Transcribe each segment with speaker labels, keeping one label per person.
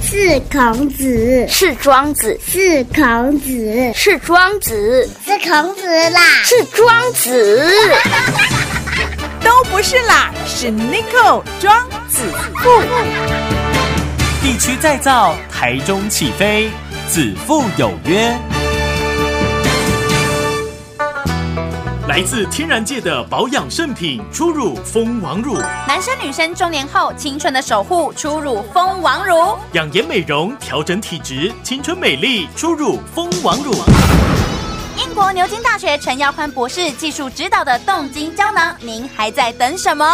Speaker 1: 是孔子，
Speaker 2: 是庄子，
Speaker 1: 是孔子，
Speaker 2: 是庄子，
Speaker 1: 是孔子啦，
Speaker 2: 是庄子。
Speaker 3: 都不是啦，是 n i c o 庄子富。
Speaker 4: 地区再造，台中起飞，子父有约。来自天然界的保养圣品初乳蜂王乳，
Speaker 5: 男生女生中年后青春的守护，初乳蜂王乳。
Speaker 4: 养颜美容，调整体质，青春美丽，初乳蜂王乳。
Speaker 5: 英国牛津大学陈耀宽博士技术指导的冻精胶囊，您还在等什么？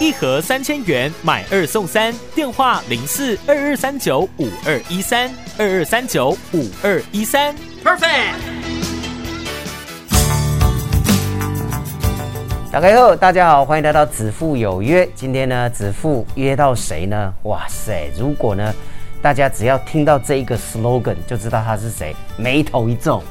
Speaker 4: 一盒三千元，买二送三。电话零四二二三九五二一三二二三九五二一三。
Speaker 6: 打开后，大家好，欢迎来到子父有约。今天呢，子父约到谁呢？哇塞！如果呢，大家只要听到这一个 slogan 就知道他是谁，眉头一 皱，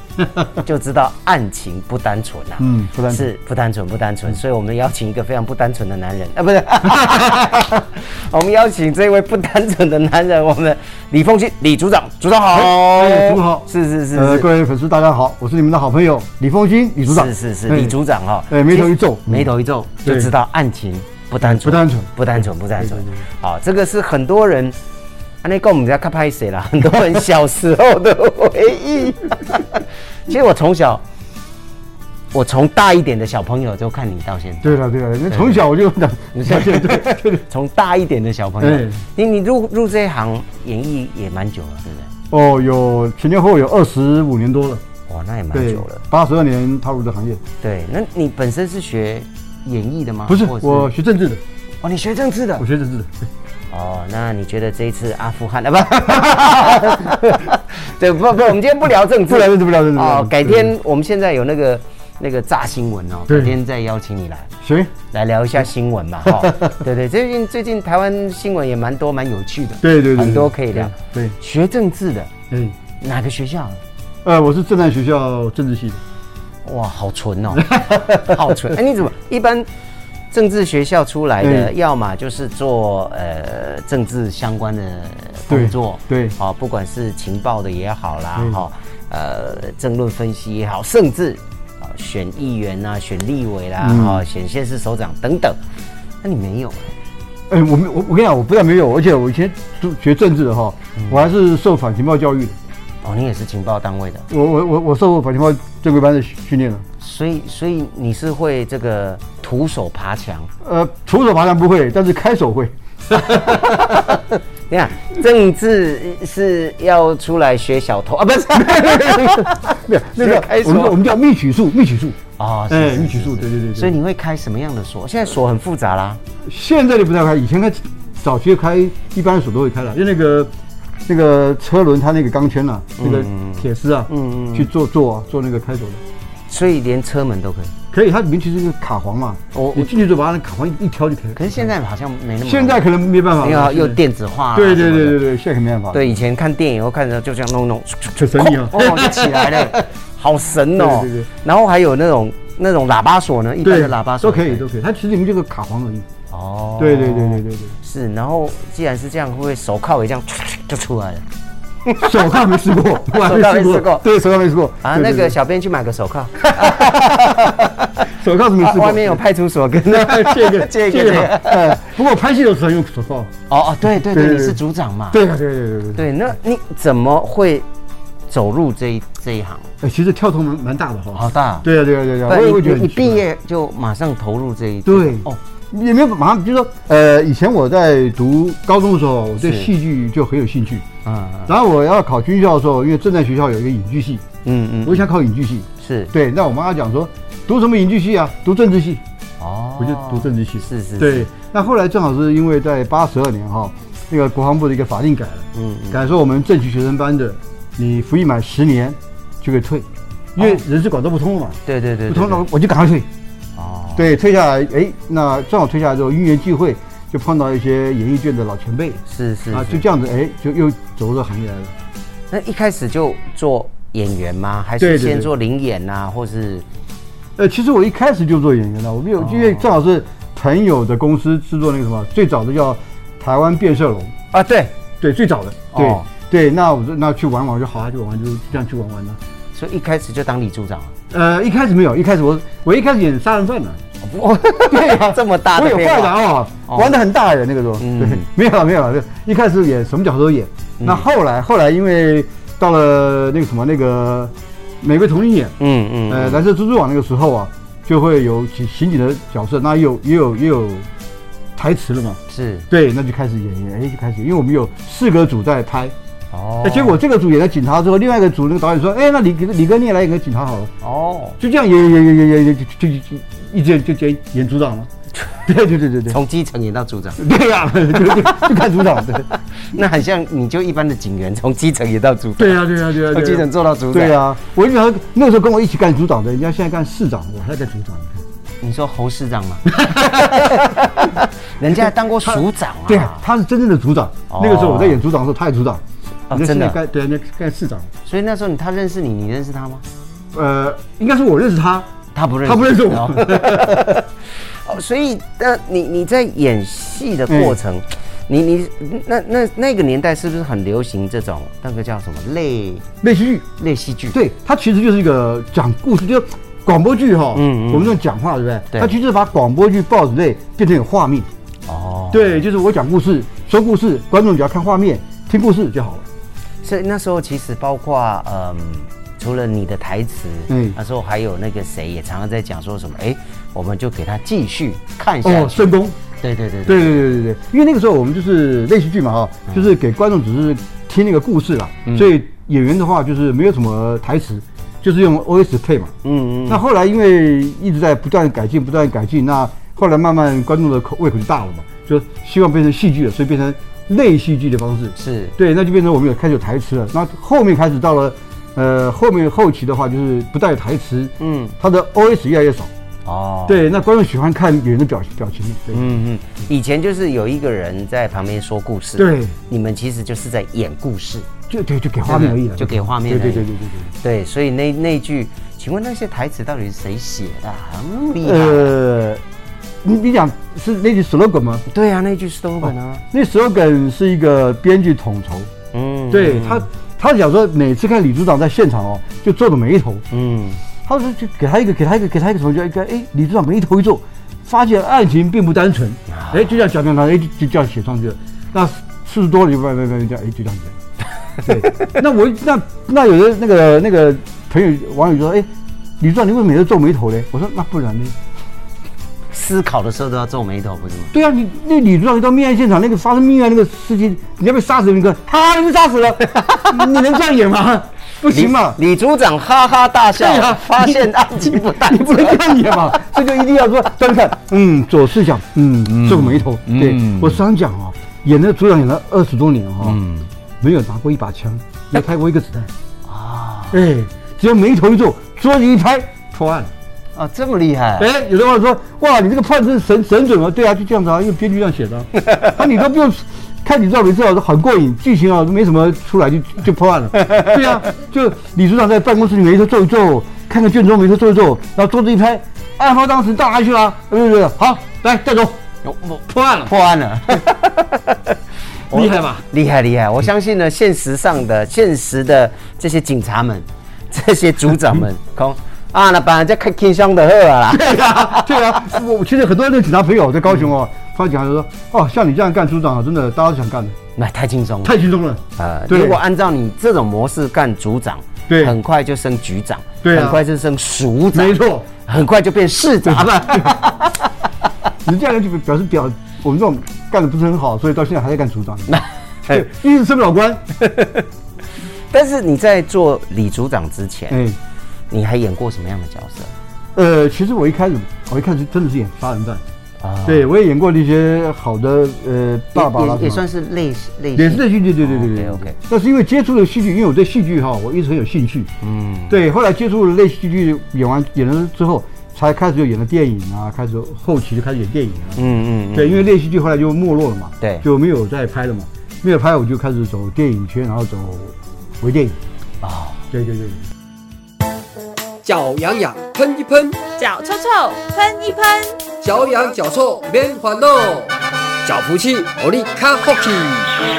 Speaker 6: 就知道案情不单纯啊。
Speaker 7: 嗯不单纯嗯
Speaker 6: 是不单纯，不单纯。所以我们邀请一个非常不单纯的男人啊，不是， 我们邀请这位不单纯的男人，我们的李凤新李组长，组长好，
Speaker 7: 哎组好
Speaker 6: 是是是
Speaker 7: 呃，
Speaker 6: 是
Speaker 7: 各。位粉丝大家好，我是你们的好朋友李凤新李组长，
Speaker 6: 是是是，
Speaker 7: 哎
Speaker 6: 李组长哈，
Speaker 7: 哎眉头一皱
Speaker 6: 其实眉头一皱就
Speaker 7: 对
Speaker 6: 知道案情不单纯，
Speaker 7: 不单纯
Speaker 6: 不单纯，不单纯
Speaker 7: 对对对。
Speaker 6: 好，这个是很多人。啊，那跟我们家看拍谁啦？ 很多人小时候的回忆。 其实我从小，我从大一点的小朋友就看你到现在。
Speaker 7: 对了对了，因为从小我就讲，
Speaker 6: 你
Speaker 7: 对对对 对，
Speaker 6: 从大一点的小朋友
Speaker 7: 哎，
Speaker 6: 你你入入这一行演艺也蛮久了，对不
Speaker 7: 哦，有前前后后有二十五年多了，
Speaker 6: 对？哇，那也蛮
Speaker 7: 对
Speaker 6: 久了。，
Speaker 7: 八十二年踏入这行业，
Speaker 6: 对，那你本身是学演艺的吗？
Speaker 7: 不是
Speaker 6: 或者
Speaker 7: 我学政治的，
Speaker 6: 哦，你学政治的
Speaker 7: 我。学政治的，
Speaker 6: 哦，那你觉得这一次阿富汗啊不？对，不不，我们今天不聊政治，
Speaker 7: 不聊政治不聊政治不聊
Speaker 6: 哦
Speaker 7: 政，治
Speaker 6: 改天我们现在有那个那个炸新闻哦，改
Speaker 7: 对
Speaker 6: 天再邀请你来
Speaker 7: 行，
Speaker 6: 来聊一下新闻嘛，哈、对对，最近最近台湾新闻也蛮多，蛮有趣的，
Speaker 7: 对对对，
Speaker 6: 很多可以聊。
Speaker 7: 对，
Speaker 6: 学政治的
Speaker 7: 对，哎
Speaker 6: 哪个学校？
Speaker 7: 呃，我是正南学校政治系的，
Speaker 6: 哇，好纯哦， 好纯！哎、你怎么一般政治学校出来的，
Speaker 7: 嗯
Speaker 6: 要么就是做呃政治相关的工作，
Speaker 7: 对对
Speaker 6: 好、不管是情报的也好啦，
Speaker 7: 嗯
Speaker 6: 哈、呃，政论分析也好，甚至啊、选议员啊、选立委啦，
Speaker 7: 嗯
Speaker 6: 哈、选县市首长等等。那你没有哎
Speaker 7: 哎，我没我我跟你讲，我不但没有，而且我以前读学政治的哈，
Speaker 6: 嗯
Speaker 7: 我还是受反情报教育的，
Speaker 6: 哦，你也是情报单位的，
Speaker 7: 我我我我受过反情报正规班的训练了。
Speaker 6: 所以所以你是会这个徒手爬墙。
Speaker 7: 呃，徒手爬山不会，但是 开手会。
Speaker 6: 你看，政治是要出来学小偷啊，不是？
Speaker 7: 没有那
Speaker 6: 直接
Speaker 7: 个
Speaker 6: 开，手
Speaker 7: 我们我们叫密取术，密取术。
Speaker 6: 哦，是
Speaker 7: 哎
Speaker 6: 是是
Speaker 7: 密取术
Speaker 6: 是
Speaker 7: 对对对对
Speaker 6: 所以你会开什么样的锁？现在锁很复杂啦。
Speaker 7: 现在就不太开，以前开早期开一般的锁都会开了，因为那个那个车轮它那个钢圈啊，那个铁丝啊，
Speaker 6: 嗯嗯嗯嗯
Speaker 7: 去做做啊做那个开锁的，
Speaker 6: 所以连车门都可以。
Speaker 7: 可以，它里面其实就是卡簧嘛，
Speaker 6: 哦我
Speaker 7: 你进去之后把它那卡簧一挑就可以了。
Speaker 6: 可是现在好像没那么。
Speaker 7: 现在可能没办法
Speaker 6: 因
Speaker 7: 了，
Speaker 6: 为啊
Speaker 7: 现在
Speaker 6: 又电子化啊
Speaker 7: 对对
Speaker 6: 什么的
Speaker 7: 对对对，现在可没办法。，
Speaker 6: 对以前看电影，我看着就这样弄弄，
Speaker 7: 就生意啊
Speaker 6: 哦，就起来 了，好神哦。
Speaker 7: 对对对
Speaker 6: 然后还有那种那种喇叭锁呢，一般
Speaker 7: 对
Speaker 6: 的喇叭锁
Speaker 7: 都可以都可以，它其实里面就是卡簧而已。
Speaker 6: 哦，
Speaker 7: 对对对对对
Speaker 6: 是。然后既然是这样，会不会手铐也这样 就出来了？
Speaker 7: 对，手铐没试过，我还
Speaker 6: 手铐没
Speaker 7: 没
Speaker 6: 试
Speaker 7: 试
Speaker 6: 过
Speaker 7: 过，对手铐没试过
Speaker 6: 啊，
Speaker 7: 对
Speaker 6: 那
Speaker 7: 对
Speaker 6: 个
Speaker 7: 对
Speaker 6: 小编去买个手铐。
Speaker 7: 手铐是没
Speaker 6: 啊
Speaker 7: 试 过，
Speaker 6: 外面有 派出所跟
Speaker 7: 借一个
Speaker 6: 借一
Speaker 7: 借一
Speaker 6: 个
Speaker 7: 个，。哎，不过拍戏的时候用手铐。
Speaker 6: 哦哦，对对
Speaker 7: 对
Speaker 6: 对，
Speaker 7: 对
Speaker 6: 你
Speaker 7: 对
Speaker 6: 是组长嘛？
Speaker 7: 对啊，对对对对对。
Speaker 6: 对，那你怎么会走入这一这一行？
Speaker 7: 哎，其实跳通蛮蛮大的哈。
Speaker 6: 好哦大
Speaker 7: 对啊，对啊，对啊。
Speaker 6: 不然
Speaker 7: 我也
Speaker 6: 你
Speaker 7: 会觉得
Speaker 6: 你
Speaker 7: 很
Speaker 6: 你
Speaker 7: 奇怪
Speaker 6: 毕。业就马上投入这一
Speaker 7: 对
Speaker 6: 哦
Speaker 7: 哦，也没有马上就说，呃，以前我在读高中的时候，我对
Speaker 6: 是
Speaker 7: 戏剧就很有兴趣。
Speaker 6: 啊
Speaker 7: 然后我要考军校的时候，因为正在学校有一个影剧系，
Speaker 6: 嗯嗯
Speaker 7: 我想考影剧系。
Speaker 6: 是
Speaker 7: 对，那我妈妈讲说，读什么影剧系啊？读政治系，
Speaker 6: 哦
Speaker 7: 我就读政治系。
Speaker 6: 是是
Speaker 7: 对，那后来正好是因为在八十二年哈，那个国防部的一个法令改了，
Speaker 6: 嗯
Speaker 7: 改说我们正取学生班的，你服役满十年就可以退，因为
Speaker 6: 哦
Speaker 7: 人事管道不通了嘛，
Speaker 6: 对对对
Speaker 7: 不
Speaker 6: 对
Speaker 7: 通了
Speaker 6: 对
Speaker 7: 我就赶快退。
Speaker 6: 哦
Speaker 7: 对，退下来，哎，那正好退下来之后，因缘际会就碰到一些演艺圈的老前辈
Speaker 6: 是是
Speaker 7: 啊，
Speaker 6: 是
Speaker 7: 就这样子，哎，就又走入这行业来了。
Speaker 6: 那一开始就做演员吗？还
Speaker 7: 对
Speaker 6: 是
Speaker 7: 对对
Speaker 6: 先做零演呐，或是
Speaker 7: 呃，其实我一开始就做演员了，我们有、
Speaker 6: 哦
Speaker 7: 因为正好是朋友的公司制作那个什么，最早的叫台湾变色龙，
Speaker 6: 啊对
Speaker 7: 对，最早的，对。
Speaker 6: 哦
Speaker 7: 对，那我说那去玩玩，我就好啊，就玩玩，就这样去玩玩了。
Speaker 6: 所以一开始就当李组长了。啊
Speaker 7: 呃，一开始没有，一开始我我一开始演杀人犯呢、
Speaker 6: 哦， 对啊，这么大
Speaker 7: 我
Speaker 6: 的
Speaker 7: 有
Speaker 6: 变
Speaker 7: 坏的
Speaker 6: 化，
Speaker 7: 啊，
Speaker 6: 哦
Speaker 7: 玩的很大的那个时候，
Speaker 6: 嗯
Speaker 7: 对，没有了没有了，一开始演什么角色都演，那后来后来因为到了那个什么那个玫瑰童林演，
Speaker 6: 嗯嗯，
Speaker 7: 呃，
Speaker 6: 嗯
Speaker 7: 蓝色蜘蛛网那个时候啊，就会有刑刑警的角色，那有也有也有台词了嘛，
Speaker 6: 是
Speaker 7: 对，那就开始演演，哎，就开始，因为我们有四个组在拍，
Speaker 6: 哦
Speaker 7: 那结果这个组演了警察之后，另外一个组那个导演说，哎，那李李哥你也来演个警察好了。
Speaker 6: 哦，
Speaker 7: 就这样演演演演演演就就就一直就演演组 长了。对对对对对，
Speaker 6: 从基层演到组长，
Speaker 7: 对呀、 就就就看组长，对
Speaker 6: 那很像你就一般的警员，从基层演到组长，
Speaker 7: 对呀、对呀、对呀、
Speaker 6: 从基层做到组长。
Speaker 7: 对呀、我就想那时候跟我一起干组长的，人家现在干市长，我还在干组长。
Speaker 6: 你说侯市 长吗？人家还当过署长啊。
Speaker 7: 对啊，他是真正的组长。
Speaker 6: 哦
Speaker 7: 那个时候我在演组长的时候，他也组长。
Speaker 6: 哦
Speaker 7: 人
Speaker 6: 真
Speaker 7: 家现
Speaker 6: 的
Speaker 7: 在干对，人家干市长。
Speaker 6: 所以那时候你他认识你，你认识他吗？
Speaker 7: 呃，应该是我认识他，
Speaker 6: 他不认识，
Speaker 7: 他不认识我
Speaker 6: 哦。哦，所以那你你在演戏的过程，
Speaker 7: 嗯
Speaker 6: 你你那那那个年代是不是很流行这种那个叫什么类
Speaker 7: 类似于
Speaker 6: 类戏剧？，
Speaker 7: 对，它其实就是一个讲故事，就广播剧哈、
Speaker 6: 嗯嗯
Speaker 7: 我们这种讲话对不对？
Speaker 6: 对
Speaker 7: 它其实把广播剧、报纸类变成有画面。
Speaker 6: 哦，
Speaker 7: 对，就是我讲故事、说故事，观众只要看画面、听故事就好了。
Speaker 6: 所以那时候其实包括嗯，除了你的台词，
Speaker 7: 嗯
Speaker 6: 那时候还有那个谁也常常在讲说什么，哎，我们就给他继续看下
Speaker 7: 哦，
Speaker 6: 去。
Speaker 7: 顺功，
Speaker 6: 对对对
Speaker 7: 对对对对对，因为那个时候我们就是类似剧嘛哈、
Speaker 6: 嗯
Speaker 7: 就是给观众只是听那个故事啦，所以演员的话就是没有什么台词，就是用 OS 配嘛。
Speaker 6: 嗯嗯
Speaker 7: 那后来因为一直在不断改进、不断改进，那后来慢慢观众的口胃口就大了嘛，就希望变成戏剧了，所以变成类戏剧的方式。
Speaker 6: 是
Speaker 7: 对，那就变成我们有开始有台词了。那后面开始到了，呃，后面后期的话就是不带有台词，
Speaker 6: 嗯
Speaker 7: 它的 OS 越来越少。
Speaker 6: 哦，
Speaker 7: 对，那观众喜欢看演员的表情表情的。对，
Speaker 6: 嗯嗯，以前就是有一个人在旁边说故事，
Speaker 7: 对，
Speaker 6: 你们其实就是在演故事，
Speaker 7: 就对，就给画面而已了，
Speaker 6: 就给画面而已
Speaker 7: 对对对对对
Speaker 6: 对，所以那那一句，请问那些台词到底是谁写的、啊？很厉
Speaker 7: 对。
Speaker 6: 害，
Speaker 7: 呃，你你讲是那句 slogan 吗？
Speaker 6: 对啊，那一句 slogan 啊，
Speaker 7: 那 slogan 是一个编剧统筹，
Speaker 6: 嗯，
Speaker 7: 哦对他，他想说每次看李组长在现场哦，就皱着眉头，
Speaker 6: 嗯，
Speaker 7: 他说就给他一个，给他一个，给他一个什么叫一个？哎，李组长眉头一皱，发现爱情并不单纯。哎，就这样讲讲讲，哎，就就这样写上去了。那次数多了就慢慢慢慢这样，哎，就这样写。对，那我那那有的那个那个朋友网友就说，哎，李组长你为什么每次皱眉头嘞？我说那不然呢？
Speaker 6: 思考的时候都要皱眉头，不是吗？
Speaker 7: 对啊，你那李组长一到命案现场，那个发生命案那个事情，你要被杀死那个，哈，你被杀死了，你能这样演吗？不行嘛。
Speaker 6: 李组长哈哈大笑，
Speaker 7: 对啊
Speaker 6: 发现案情不单
Speaker 7: 你不 能看眼嘛，这就一定要说端看，嗯，左思想，嗯，皱眉头。对我常常讲啊，演那个组长演了二十多年哈，没有拿过一把枪，没有开过一个子弹啊，哎，只要眉头一皱，桌子一拍，破案了。
Speaker 6: 啊，这么厉害，
Speaker 7: 哎，有的网友说，哇，你这个判词神神准啊，对啊，就这样子啊，因为编剧这样写的啊， 啊，你都不用。看你照每次啊，很过瘾，剧情啊没什么出来就就破案了。对啊，就李组长在办公室里眉头皱一皱，看看卷宗眉头皱一皱，然后桌子一拍，案发当时到哪去了、啊？对对对，好，来带走，破案了，
Speaker 6: 破案了。
Speaker 7: 厉害吧？
Speaker 6: 厉害厉害！我相信呢，现实上的现实的这些警察们， 这些组长 们，讲啊，那把人家开天箱的喝啦，
Speaker 7: 对啊，对啊，我我其实很多那警察朋友在高雄哦，他讲就说，哦，像你这样干组长啊，真的大家都想干的，
Speaker 6: 那太轻松了。
Speaker 7: 太轻松了。
Speaker 6: 呃，
Speaker 7: 对
Speaker 6: 如果按照你这种模式干组长，
Speaker 7: 对
Speaker 6: 很快就升局长，
Speaker 7: 对啊
Speaker 6: 很快就升署长，
Speaker 7: 没错，
Speaker 6: 很快就变市长
Speaker 7: 打
Speaker 6: 了。
Speaker 7: 吧。你这样就表示表我们这种干的不是很好，所以到现在还在干组长，
Speaker 6: 哎
Speaker 7: 对，一直升不 了官。
Speaker 6: 但是你在做李组长之前，
Speaker 7: 哎，
Speaker 6: 你还演过什么样的角色
Speaker 7: 呃，其实我一开始我一开始真的是演杀人犯，
Speaker 6: 啊？
Speaker 7: 对我也演过那些好的呃
Speaker 6: 也，
Speaker 7: 爸爸啦
Speaker 6: 也也
Speaker 7: 什
Speaker 6: 算
Speaker 7: 么
Speaker 6: 是类类
Speaker 7: 也是在戏剧，对对对对对。
Speaker 6: 哦，OK，OK
Speaker 7: 但是因为接触了戏剧，因为我对戏剧哈，我一直很有兴趣。嗯。对，后来接触了类戏剧，演完演了之后，才开始就演了电影啊，开始后期就开始演电影啊。
Speaker 6: 嗯嗯嗯，
Speaker 7: 对，因为类戏剧后来就没落了嘛，
Speaker 6: 对
Speaker 7: 就没有再拍了嘛，没有拍我就开始走电影圈，然后走微电影。
Speaker 6: 哦，
Speaker 7: 对对对，
Speaker 8: 脚痒痒，喷一喷，
Speaker 3: 脚臭臭，喷一喷。
Speaker 8: 脚痒脚臭免烦恼，脚福气，让你较福气。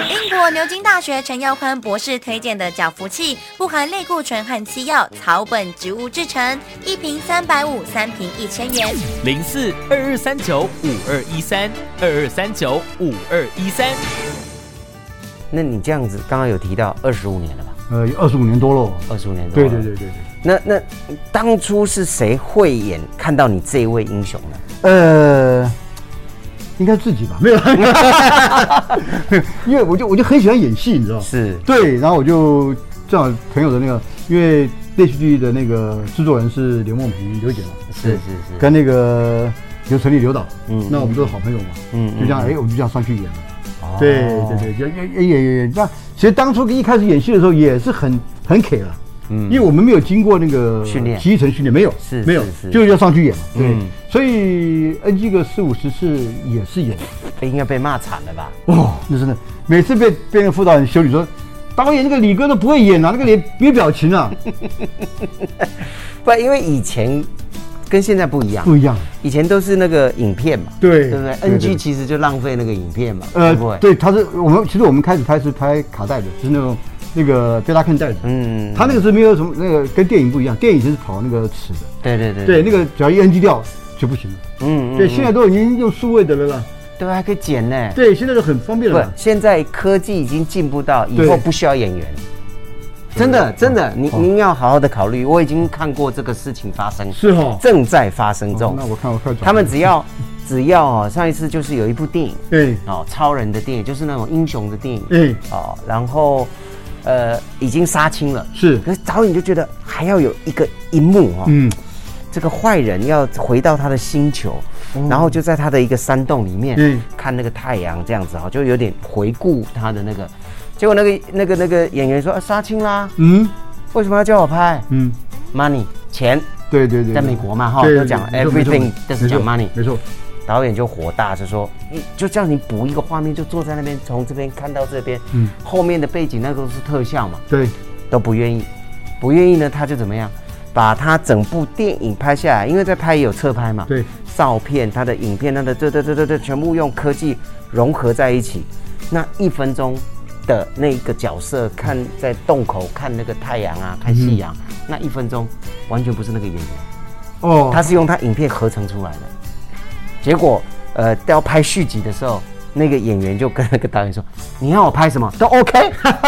Speaker 5: 英国国牛津大学陈耀宽博士推荐的脚服器不含类固醇和西药，草本植物制成，一瓶三百五，三瓶一千元。
Speaker 4: 零四二二三九五二一三二二三九五二一三。
Speaker 6: 那你这样子，刚刚有提到二十五年了吧？
Speaker 7: 呃，二十五年多了。
Speaker 6: 二十五年多
Speaker 7: 对
Speaker 6: 了
Speaker 7: 对对对对。
Speaker 6: 那那当初是谁慧眼看到你这位英雄呢？
Speaker 7: 呃，应该自己吧，没有 啦，因为我就我就很喜欢演戏，你知道吗？
Speaker 6: 是
Speaker 7: 对，然后我就正好朋友的那个，因为电视剧的那个制作人是刘梦萍刘姐嘛，
Speaker 6: 是
Speaker 7: 对
Speaker 6: 是是
Speaker 7: 跟那个刘成立刘导，
Speaker 6: 嗯
Speaker 7: 嗯，那我们都是好朋友嘛，
Speaker 6: 嗯
Speaker 7: 嗯，
Speaker 6: 嗯
Speaker 7: 就这
Speaker 6: 嗯
Speaker 7: 样，
Speaker 6: 哦
Speaker 7: 哎，我们就这样上去演了。对对对，就哎也也也也那其实当初一开始演戏的时候也是很很 K 了，
Speaker 6: 嗯
Speaker 7: 嗯，因为我们没有经过那个
Speaker 6: 训练
Speaker 7: 基层训练没有，
Speaker 6: 是
Speaker 7: 没有
Speaker 6: 是是，
Speaker 7: 就是要上去演嘛，对
Speaker 6: 嗯，
Speaker 7: 所以 NG 个四五十次也是演，
Speaker 6: 对，应该被骂惨了吧？
Speaker 7: 哦，那真的每次被被那个副导演修理说。导演那个李哥都不会演啊，那个脸没表 情啊，
Speaker 6: 不，因为以前跟现在不一样，
Speaker 7: 不一样。
Speaker 6: 以前都是那个影片嘛，
Speaker 7: 对
Speaker 6: 对不对
Speaker 7: 对对
Speaker 6: ？NG 其实就浪费那个影片嘛，
Speaker 7: 呃
Speaker 6: 会不会，？
Speaker 7: 对，他是我们其实我们开始拍是拍卡带的，就是那种那个贝拉肯带的，
Speaker 6: 嗯
Speaker 7: 嗯，他那个是没有什么那个跟电影不一样，电影是跑那个尺的，
Speaker 6: 对对对
Speaker 7: 对，那个只要一 NG 掉就不行了。
Speaker 6: 嗯
Speaker 7: 对，现在都已经用数位的了啦。
Speaker 6: 对还可以剪呢。
Speaker 7: 对，现在都很方便
Speaker 6: 不
Speaker 7: 了啦。，
Speaker 6: 现在科技已经进步到以
Speaker 7: 对
Speaker 6: 后不需要演员。哦真的，真的，
Speaker 7: 哦
Speaker 6: 您您要好好的考虑。我已经看过这个事情发生，
Speaker 7: 是哦
Speaker 6: 正在发生中。
Speaker 7: 那我看我看
Speaker 6: 他们只要 只要哦，上一次就是有一部电影
Speaker 7: 对
Speaker 6: 哦，超人的电影，就是那种英雄的电影，
Speaker 7: 嗯
Speaker 6: 哦，然后呃已经杀青了，
Speaker 7: 是
Speaker 6: 可是导演就觉得还要有一个一幕哦，
Speaker 7: 嗯
Speaker 6: 这个坏人要回到他的星球，然后就在他的一个山洞里面、
Speaker 7: 哦嗯
Speaker 6: 看那个太阳这样子哈，哦就有点回顾他的那个。结果那个那个那个演员说：“啊，杀青啦，
Speaker 7: 嗯
Speaker 6: 为什么要叫我拍
Speaker 7: 嗯，
Speaker 6: ？Money 钱。
Speaker 7: 对对对，
Speaker 6: 在美国嘛哈
Speaker 7: 对
Speaker 6: 都讲
Speaker 7: 对对没错
Speaker 6: everything
Speaker 7: 没错
Speaker 6: 都是讲
Speaker 7: 没错
Speaker 6: money
Speaker 7: 没错，”
Speaker 6: 导演就火大，就说：“你就叫你补一个画面，就坐在那边，从这边看到这边，
Speaker 7: 嗯
Speaker 6: 后面的背景那都是特效嘛，
Speaker 7: 对
Speaker 6: 都不愿意，不愿意呢，他就怎么样，把他整部电影拍下来，因为在拍也有侧拍嘛，
Speaker 7: 对，
Speaker 6: 照片、他的影片、他的这这这这这，全部用科技融合在一起，那一分钟的那个角色看在洞口看那个太阳啊，看夕阳，
Speaker 7: 嗯
Speaker 6: 那一分钟完全不是那个演员，
Speaker 7: 哦，
Speaker 6: 他是用他影片合成出来的，结果呃，要拍续集的时候。那个演员就跟那个导演说：“你要我拍什么都 OK，都 OK，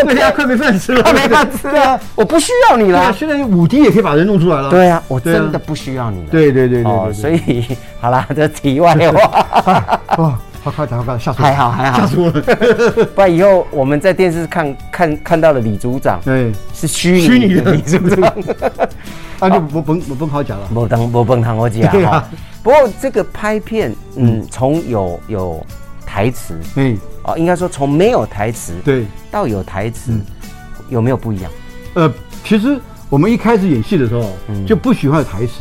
Speaker 7: 哦对呀，快没饭吃了，
Speaker 6: 他没办吃啊，我不需要你
Speaker 7: 对
Speaker 6: 了
Speaker 7: 啊，。现在五 D 也可以把人弄出来了。
Speaker 6: 对啊，我
Speaker 7: 对啊
Speaker 6: 真的不需要你了。
Speaker 7: 对对对对
Speaker 6: 哦
Speaker 7: 对，
Speaker 6: 所以好啦，这题外话，
Speaker 7: 哦，好快打快打，吓死我
Speaker 6: 还好还好
Speaker 7: 吓死我了。
Speaker 6: 不然以后我们在电视看看看到了李组长
Speaker 7: 对，
Speaker 6: 是虚拟
Speaker 7: 虚拟的
Speaker 6: 李组长，
Speaker 7: 那
Speaker 6: 哦
Speaker 7: 就啊不甭不甭好讲了。
Speaker 6: 我当我蹦堂我姐
Speaker 7: 对啊
Speaker 6: 哈。不过这个拍片，嗯，从有有台词
Speaker 7: 哎，
Speaker 6: 哦，应该说从没有台词
Speaker 7: 对，嗯
Speaker 6: 到有台词，有没有不一样？
Speaker 7: 呃，其实我们一开始演戏的时候、
Speaker 6: 嗯
Speaker 7: 就不喜欢有台词，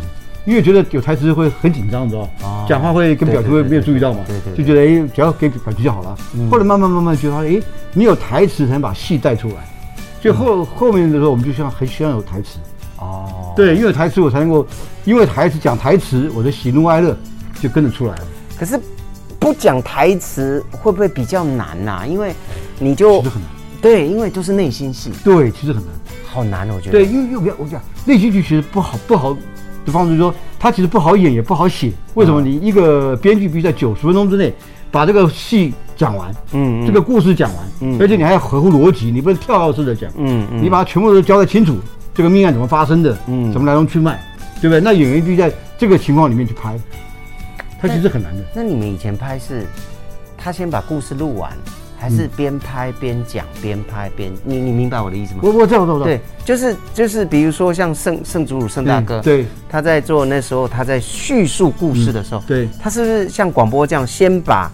Speaker 7: 因为觉得有台词会很紧张，你知道
Speaker 6: 哦
Speaker 7: 吗？讲话会跟表情
Speaker 6: 对对
Speaker 7: 会
Speaker 6: 对
Speaker 7: 没有注意到嘛，
Speaker 6: 对对对嗯
Speaker 7: 就觉得哎，只要给表情就好了。后来慢慢慢慢觉得，哎，你有台词才能把戏带出来。就后、后面的时候，我们就像很希望有台词，
Speaker 6: 嗯哦，
Speaker 7: 对，因为有台词我才能够，因为台词讲台词，我的喜怒哀乐就跟着出来了。
Speaker 6: 可是不讲台词会不会比较难呐、因为你就
Speaker 7: 其实很难
Speaker 6: 对，因为都是内心戏，
Speaker 7: 对，其实很难。
Speaker 6: 好难哦，我觉得。
Speaker 7: 对，，因为又不要我讲内心剧其实不好不好的方式，就是说它其实不好演也不好写。为
Speaker 6: 嗯
Speaker 7: 什么？你一个编剧必须在九十分钟之内把这个戏讲完，
Speaker 6: 嗯嗯
Speaker 7: 这个故事讲完，而且你还要合乎逻辑，你不能跳跃式的讲，
Speaker 6: 嗯嗯
Speaker 7: 你把它全部都交代清楚，这个命案怎么发生的，
Speaker 6: 嗯
Speaker 7: 嗯，怎么来龙去脉，对不对？那演员必须在这个情况里面去拍，它其实很难的。
Speaker 6: 那你们以前拍是，他先把故事录完，还是
Speaker 7: 嗯
Speaker 6: 边拍边讲，边拍边你你明白我的意思吗
Speaker 7: 我？我这样我这样，
Speaker 6: 对，就是就是，比如说像圣圣祖鲁圣大哥，
Speaker 7: 嗯对，
Speaker 6: 他在做那时候他在叙述故事的时候，
Speaker 7: 嗯对
Speaker 6: 他是不是像广播这样先把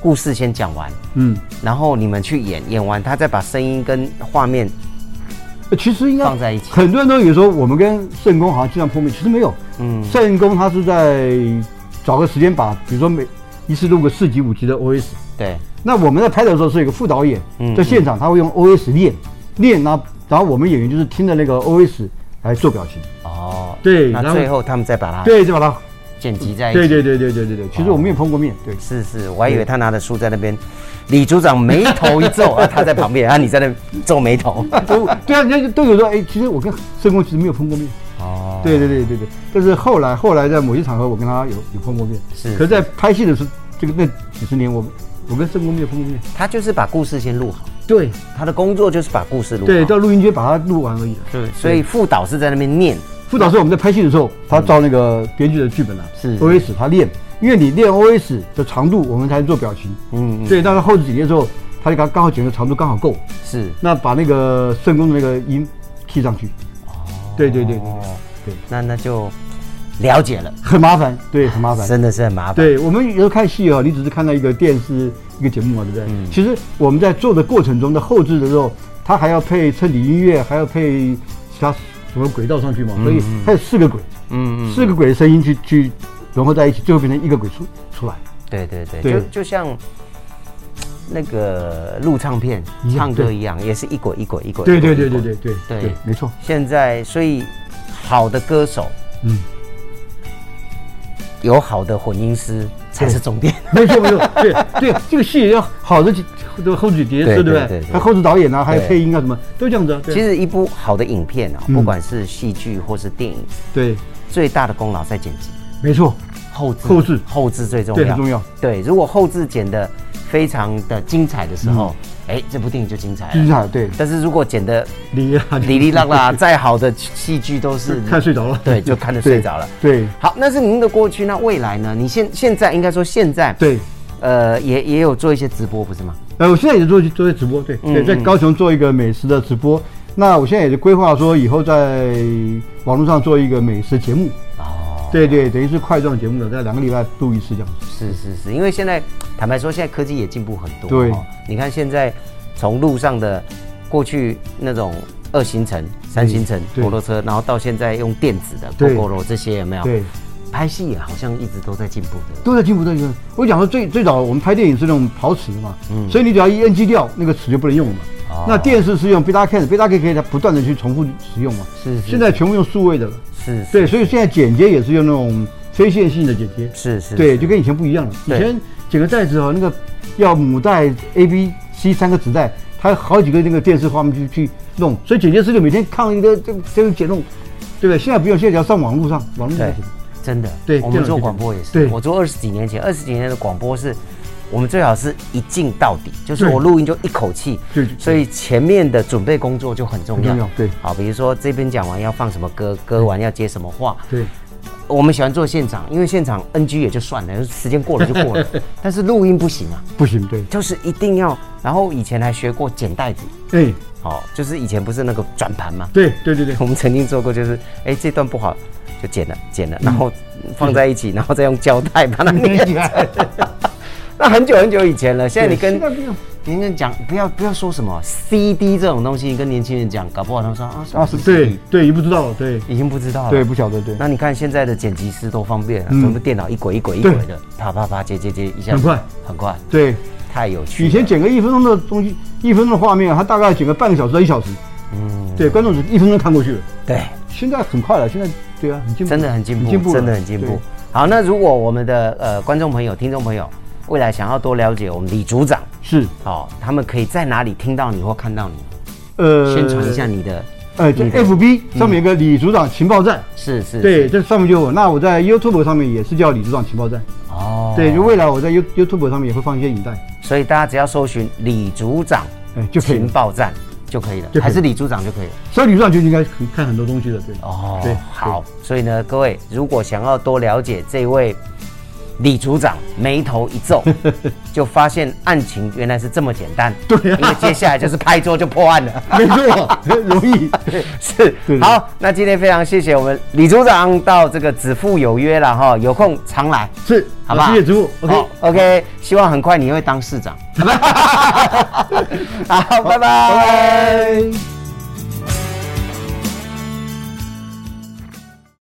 Speaker 6: 故事先讲完，
Speaker 7: 嗯，
Speaker 6: 然后你们去演，演完他再把声音跟画面
Speaker 7: 呃其实应该
Speaker 6: 放在一起
Speaker 7: 很多人都以为说我们跟圣公好像经常碰面，其实没有。
Speaker 6: 嗯
Speaker 7: 嗯，圣公他是在找个时间把，比如说每一次录个四集五集的 OS。
Speaker 6: 对。
Speaker 7: 那我们在拍的时候是有一个副导演
Speaker 6: 嗯，
Speaker 7: 在现场他会用 OS 练练，然后然后我们演员就是听着那个 OS 来做表情。
Speaker 6: 哦，
Speaker 7: 对
Speaker 6: 那
Speaker 7: 然后
Speaker 6: 最后他们再把它
Speaker 7: 对，就把它
Speaker 6: 剪辑啊在一起。
Speaker 7: 对对对对对对对，其实我们也碰过面， 对，
Speaker 6: 是是，我还以为他拿着书在那边，李组长眉头一皱，啊，他在旁边，啊，你在那皱眉头。
Speaker 7: 都对啊，人家就都有说，哎，其实我跟申公其实没有碰过面，
Speaker 6: 哦，
Speaker 7: 对对对对对，但是后来后来在某些场合我跟他有有碰过面，
Speaker 6: 是
Speaker 7: 可是在拍戏的时候，这个那几十年我们我跟申公没有碰过面，
Speaker 6: 他就是把故事先录好，
Speaker 7: 对
Speaker 6: 他的工作就是把故事录好。
Speaker 7: 对，到录音间把它录完而已。
Speaker 6: 对，所以副导是在那边念，
Speaker 7: 副导是我们在拍戏的时候，他照那个编剧的剧本啊，
Speaker 6: 是
Speaker 7: OS 他练，因为你练 OS 的长度，我们才能做表情。
Speaker 6: 嗯，
Speaker 7: 所以到了后几年之后，他就刚刚好剪的长度刚好够，
Speaker 6: 是。
Speaker 7: 那把那个顺工的那个音 key 上去。对对对对对，
Speaker 6: 哦，对，那那就了解了，
Speaker 7: 很麻烦，对，很麻烦。
Speaker 6: 真的是很麻烦。，
Speaker 7: 对我们有时候看戏啊，你只是看到一个电视一个节目嘛，对不对？
Speaker 6: 嗯
Speaker 7: 其实我们在做的过程中的后置的时候，它还要配衬底音乐，还要配其他什么轨道上去嘛，所以它有四个轨，
Speaker 6: 嗯嗯嗯，
Speaker 7: 四个鬼的声音去去融合在一起，最后变成一个鬼出出来。
Speaker 6: 对对对，
Speaker 7: 对
Speaker 6: 就就像那个录唱片、
Speaker 7: 一样
Speaker 6: 唱歌
Speaker 7: 嗯对
Speaker 6: 一样，也是一轨一轨一轨。
Speaker 7: 对对
Speaker 6: 一轨
Speaker 7: 对
Speaker 6: 一轨
Speaker 7: 对对对
Speaker 6: 对
Speaker 7: 对，没错。
Speaker 6: 现在，所以好的歌手，嗯
Speaker 7: 嗯，
Speaker 6: 有好的混音师才是重点。
Speaker 7: 没错没错，对对，这个戏也要好的的后置角
Speaker 6: 对
Speaker 7: 色，对不
Speaker 6: 对对
Speaker 7: 对
Speaker 6: 对？
Speaker 7: 还有后置导演啊，还有
Speaker 6: 对
Speaker 7: 配音啊，什么都这样子啊。对
Speaker 6: 其实一部好的影片啊，
Speaker 7: 嗯
Speaker 6: 不管是戏剧或是电影，
Speaker 7: 对，
Speaker 6: 最大的功劳在剪辑，
Speaker 7: 没错，
Speaker 6: 后置
Speaker 7: 后置
Speaker 6: 后置最重要，
Speaker 7: 对很重要。
Speaker 6: 对，如果后置剪的非常的精彩的时候，哎，这部电影就精彩了。
Speaker 7: 嗯精彩对，
Speaker 6: 但是如果剪的
Speaker 7: 哩啦
Speaker 6: 哩哩啦 啦，再好的戏剧都是
Speaker 7: 看睡着了，
Speaker 6: 对，就看着睡着了。
Speaker 7: 对。对
Speaker 6: 好，那是您的过去，那未来呢？你现现在应该说现在
Speaker 7: 对，
Speaker 6: 呃，也也有做一些直播，不是吗？
Speaker 7: 呃，我现在也做做些直播，对对，
Speaker 6: 嗯
Speaker 7: 在
Speaker 6: 嗯
Speaker 7: 高雄做一个美食的直播。那我现在也是规划说，以后在网络上做一个美食节目。
Speaker 6: 哦，
Speaker 7: 对对，等于是块状节目了，在两个礼拜录一次这样子。
Speaker 6: 是是是，因为现在坦白说，现在科技也进步很多。哦
Speaker 7: 对
Speaker 6: 你看现在从路上的过去那种二行程、三行程
Speaker 7: 对
Speaker 6: 摩托车，然后到现在用电子的 g o
Speaker 7: 对
Speaker 6: g o 这些有没有？
Speaker 7: 对，
Speaker 6: 拍戏也好像一直都在进步的。
Speaker 7: 都在进步，都在进步。我讲说最最早我们拍电影是那种陶瓷的嘛，所以你只要一 NG 掉，那个尺就不能用了嘛。
Speaker 6: 嗯哦
Speaker 7: 那电视是用 beta can，beta can 可以它不断的去重复使用嘛。
Speaker 6: 是是
Speaker 7: 现在全部用数位的了。
Speaker 6: 是是
Speaker 7: 对，所以现在剪接也是用那种非线性的剪接。
Speaker 6: 是是，
Speaker 7: 对，
Speaker 6: 是
Speaker 7: 就跟以前不一样了。以
Speaker 6: 对
Speaker 7: 前剪个袋子哦，那个要母带 A、B、C 三个子带，它有好几个那个电视画面去去弄，所以剪接师就每天看一个这个这个剪弄，对不对？现在不用，现在只要上网络上，网络上
Speaker 6: 对
Speaker 7: 剪。，
Speaker 6: 嗯真的，
Speaker 7: 对
Speaker 6: 我们
Speaker 7: 电脑
Speaker 6: 做
Speaker 7: 就
Speaker 6: 广
Speaker 7: 这样
Speaker 6: 播也是，
Speaker 7: 对
Speaker 6: 我做二十几年前，二十几年的广播是，我们最好是一镜到底，就是
Speaker 7: 对
Speaker 6: 我录音就一口气
Speaker 7: 对对，
Speaker 6: 所以前面的准备工作就很重要
Speaker 7: 很重要，对
Speaker 6: 好，比如说这边讲完要放什么歌，歌完要接什么话，
Speaker 7: 对。
Speaker 6: 我们喜欢做现场，因为现场 NG 也就算了，时间过了就 过了，但是录音不行啊，
Speaker 7: 不行，对，
Speaker 6: 就是一定要，然后以前还学过剪带子，
Speaker 7: 哎，
Speaker 6: 哦，就是以前不是那个转盘嘛，
Speaker 7: 对对对对，
Speaker 6: 我们曾经做过，就是哎这段不好就剪了剪了，然后放在一起，然后再用胶带把它粘 起来。那很久很久以前了，现在哎你跟
Speaker 7: 对现在不用
Speaker 6: 年轻人讲，不要不要说什么 CD 这种东西，你跟年轻人讲，搞不好他们说啊
Speaker 7: 啊，
Speaker 6: 啊
Speaker 7: 是对对，你不知道了，对
Speaker 6: 已经不知道了。
Speaker 7: 对，不晓得，对，
Speaker 6: 那你看现在的剪辑师多方便啊，
Speaker 7: 嗯
Speaker 6: 全部电脑一轨一轨一轨的，啪啪啪接接接一下，
Speaker 7: 很快
Speaker 6: 很快，
Speaker 7: 对，
Speaker 6: 太有趣了。
Speaker 7: 以前剪个一分钟的东西，一分钟的画面，它大概剪个半个小时到一小时，嗯，对，观众只一分钟看过去了。
Speaker 6: 对。
Speaker 7: 现在很快了，现在对啊，很进步，
Speaker 6: 真的很进步，
Speaker 7: 进步了
Speaker 6: 真的很进步
Speaker 7: 对。
Speaker 6: 好，那如果我们的呃观众朋友、听众朋友未来想要多了解我们李组长，
Speaker 7: 是，
Speaker 6: 好、他们可以在哪里听到你或看到你？
Speaker 7: 呃
Speaker 6: 宣传一下，你的，
Speaker 7: 呃，这
Speaker 6: 你的
Speaker 7: FB 上面有个李组长情报站，
Speaker 6: 是是，
Speaker 7: 对，
Speaker 6: 是，
Speaker 7: 这上面就有。那我在 YouTube 上面也是叫李组长情报站，
Speaker 6: 哦，
Speaker 7: 对，就未来我在 You YouTube 上面也会放一些影带，
Speaker 6: 所以大家只要搜寻李组长
Speaker 7: 哎，就可以
Speaker 6: 情
Speaker 7: 了。
Speaker 6: 报站就可以了
Speaker 7: 就可以，了
Speaker 6: 还是李组长就可以了。
Speaker 7: 所以李组长就应该可以看很多东西的，对，
Speaker 6: 哦，
Speaker 7: 对，
Speaker 6: 好，所以呢，各位如果想要多了解这位李组长，眉头一 皱，就发现案情原来是这么简单。
Speaker 7: 对啊
Speaker 6: 因为接下来就是拍桌就破案了。
Speaker 7: 没错，容易， 对
Speaker 6: 是
Speaker 7: 对，对
Speaker 6: 好，那今天非常谢谢我们李组长到这个子父有约了哈，有空常来，
Speaker 7: 是，
Speaker 6: 好不好？
Speaker 7: 谢谢植物，OK，
Speaker 6: OK，希望很快你会当市长。好，拜拜。
Speaker 7: 拜拜。